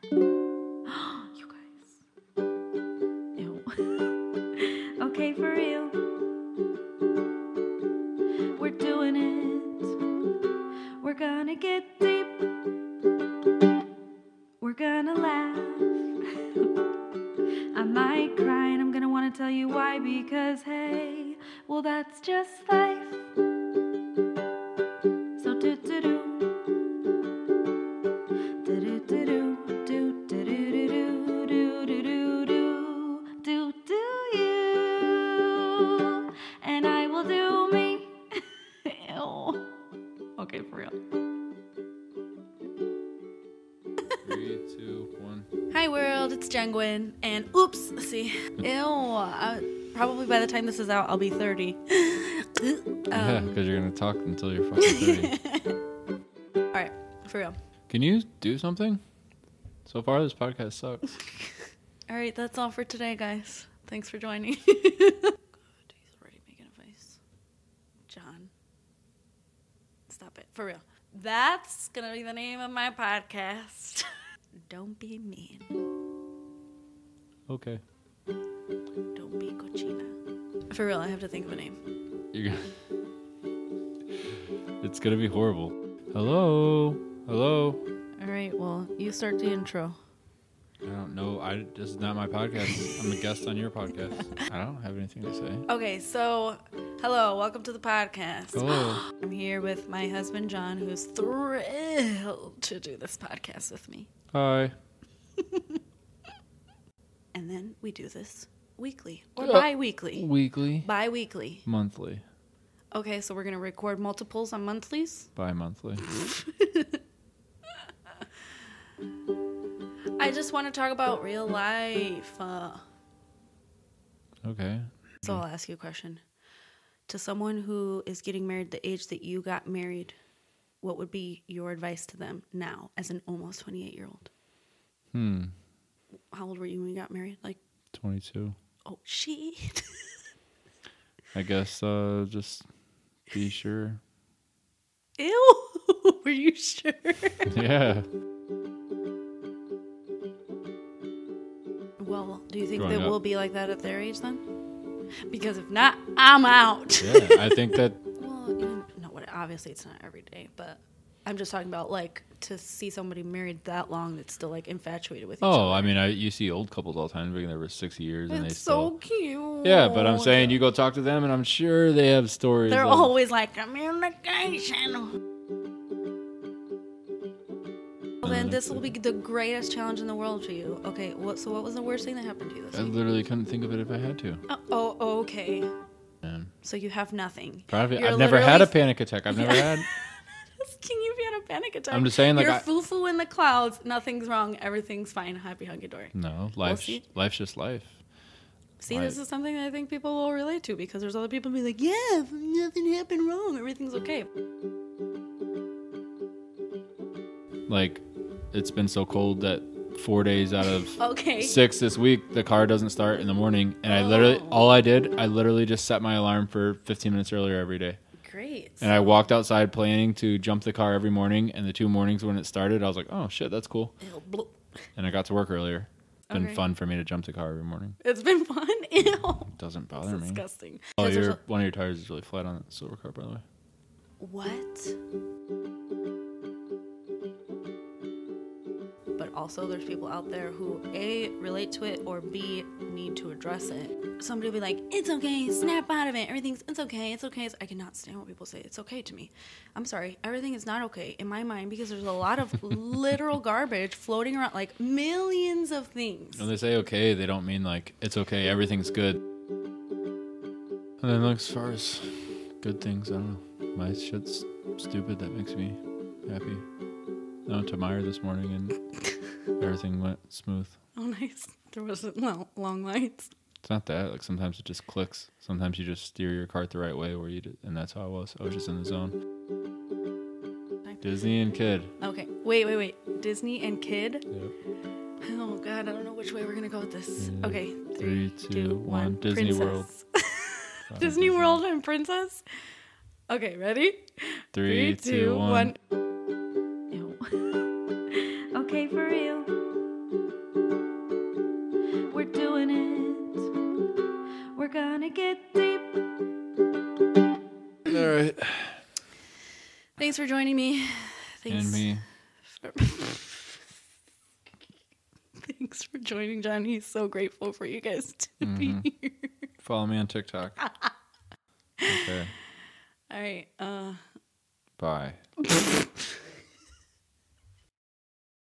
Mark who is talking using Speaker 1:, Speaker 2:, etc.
Speaker 1: gonna laugh. I might cry and I'm gonna wanna tell you why because hey, well, that's just life. So do do do. Do do do do. Do do do do do. Do do do do. Do do you. And I will do me. Ew. Okay, for real.
Speaker 2: Three, two, one.
Speaker 3: Hi world, it's Jenguin, and oops, let's see, ew. I, probably by the time this is out, I'll be thirty.
Speaker 2: yeah, because you're gonna talk until you're fucking thirty.
Speaker 3: All right, for real.
Speaker 2: Can you do something? So far, this podcast sucks.
Speaker 3: All right, that's all for today, guys. Thanks for joining. God, he's already making a face. John, stop it, for real. That's gonna be the name of my podcast. Don't be mean.
Speaker 2: Okay.
Speaker 3: Don't be cochina. For real, I have to think of a name.
Speaker 2: You're gonna... It's gonna be horrible. Hello? Hello?
Speaker 3: All right, well, you start the intro.
Speaker 2: I don't know. I this is not my podcast. I'm a guest on your podcast. I don't have anything to say.
Speaker 3: Okay, so hello, welcome to the podcast.
Speaker 2: Hello.
Speaker 3: I'm here with my husband John, who's thrilled to do this podcast with me.
Speaker 2: Hi.
Speaker 3: And then we do this weekly or
Speaker 2: Yeah.
Speaker 3: bi weekly.
Speaker 2: Weekly,
Speaker 3: Bi weekly.
Speaker 2: monthly,
Speaker 3: Okay, so we're going to record multiples on monthlies.
Speaker 2: bi-monthly.
Speaker 3: I just want to talk about real life. Uh,
Speaker 2: Okay.
Speaker 3: so I'll ask you a question. To someone who is getting married the age that you got married, what would be your advice to them now as an almost 28 year old?
Speaker 2: Hmm.
Speaker 3: How old were you when you got married? Like,
Speaker 2: Twenty-two.
Speaker 3: oh, shit.
Speaker 2: I guess. Uh, just be sure.
Speaker 3: Ew. Were you sure?
Speaker 2: Yeah.
Speaker 3: Well, do you think
Speaker 2: Growing
Speaker 3: that
Speaker 2: up.
Speaker 3: we'll be like that at their age then? Because if not, I'm out.
Speaker 2: Yeah. I think that.
Speaker 3: Well, you know, what? Obviously, it's not every day, but I'm just talking about like to see somebody married that long that's still like infatuated with. Each
Speaker 2: Oh, I mean, I you see old couples all the time being there for six years,
Speaker 3: other.
Speaker 2: and they
Speaker 3: it's so
Speaker 2: still.
Speaker 3: cute.
Speaker 2: Yeah, but I'm saying you go talk to them, and I'm sure they have stories.
Speaker 3: they're
Speaker 2: of-
Speaker 3: always like communication. Well, then this will be the greatest challenge in the world for you. Okay, what? So what was the worst thing that happened to you this
Speaker 2: I
Speaker 3: week?
Speaker 2: literally couldn't think of it if I had to.
Speaker 3: Oh, oh, okay.
Speaker 2: Man.
Speaker 3: So you have nothing.
Speaker 2: Probably,
Speaker 3: You're
Speaker 2: I've never had a
Speaker 3: literally-
Speaker 2: panic attack. I've never had.
Speaker 3: Can you be had a panic attack?
Speaker 2: I'm just saying, like,
Speaker 3: you're
Speaker 2: I-
Speaker 3: foo-foo in the clouds. Nothing's wrong. Everything's fine. Happy hunky dory.
Speaker 2: No, life's
Speaker 3: see.
Speaker 2: life's just life.
Speaker 3: See,
Speaker 2: Right.
Speaker 3: this is something that I think people will relate to because there's other people who be like, yeah, nothing happened wrong. Everything's okay.
Speaker 2: Like, it's been so cold that four days out of
Speaker 3: Okay.
Speaker 2: six this week, the car doesn't start in the morning, and I literally
Speaker 3: Oh.
Speaker 2: all I did, I literally just set my alarm for 15 minutes earlier every day,
Speaker 3: Great.
Speaker 2: and I walked outside planning to jump the car every morning. And the two mornings when it started, I was like, oh shit, that's cool,
Speaker 3: Ew, bloop.
Speaker 2: and I got to work earlier. It's been
Speaker 3: Okay.
Speaker 2: fun for me to jump the car every morning.
Speaker 3: It's been fun. Ew.
Speaker 2: It doesn't
Speaker 3: It's
Speaker 2: bother me.
Speaker 3: disgusting.
Speaker 2: Oh,
Speaker 3: Because there's
Speaker 2: your
Speaker 3: a-
Speaker 2: one of your tires is really flat on that silver car, by the way.
Speaker 3: What? But also, there's people out there who A, relate to it, or B, need to address it. Somebody will be like, it's okay, snap out of it. Everything's, it's okay, it's okay. I cannot stand what people say. It's okay to me. I'm sorry, everything is not okay in my mind because there's a lot of literal garbage floating around, like millions of things.
Speaker 2: When they say okay, they don't mean like it's okay, everything's good. And then like as far as good things, I don't know. My shit's stupid. That makes me happy. I went to Meyer this morning and everything went smooth.
Speaker 3: Oh, nice. There wasn't lo- long lines.
Speaker 2: It's not that. Like sometimes it just clicks. Sometimes you just steer your cart the right way where you did, and that's how I was. I was just in the zone. Disney and kid.
Speaker 3: Okay, wait, wait, wait. Disney and kid?
Speaker 2: Yep.
Speaker 3: Oh god, I don't know which way we're gonna go with this. Okay,
Speaker 2: Three, two, one. Disney World.
Speaker 3: World. Disney World and Princess. Okay, ready?
Speaker 2: Three, two, one.
Speaker 1: Ew. okay, for real. We're doing it. We're gonna get deep.
Speaker 2: All right.
Speaker 3: Thanks for joining me. Thanks.
Speaker 2: And me.
Speaker 3: For- Thanks for joining, John. He's so grateful for you guys to be here.
Speaker 2: Mm-hmm. Follow me on TikTok. okay. Mm.
Speaker 3: All right. Uh,
Speaker 2: Bye.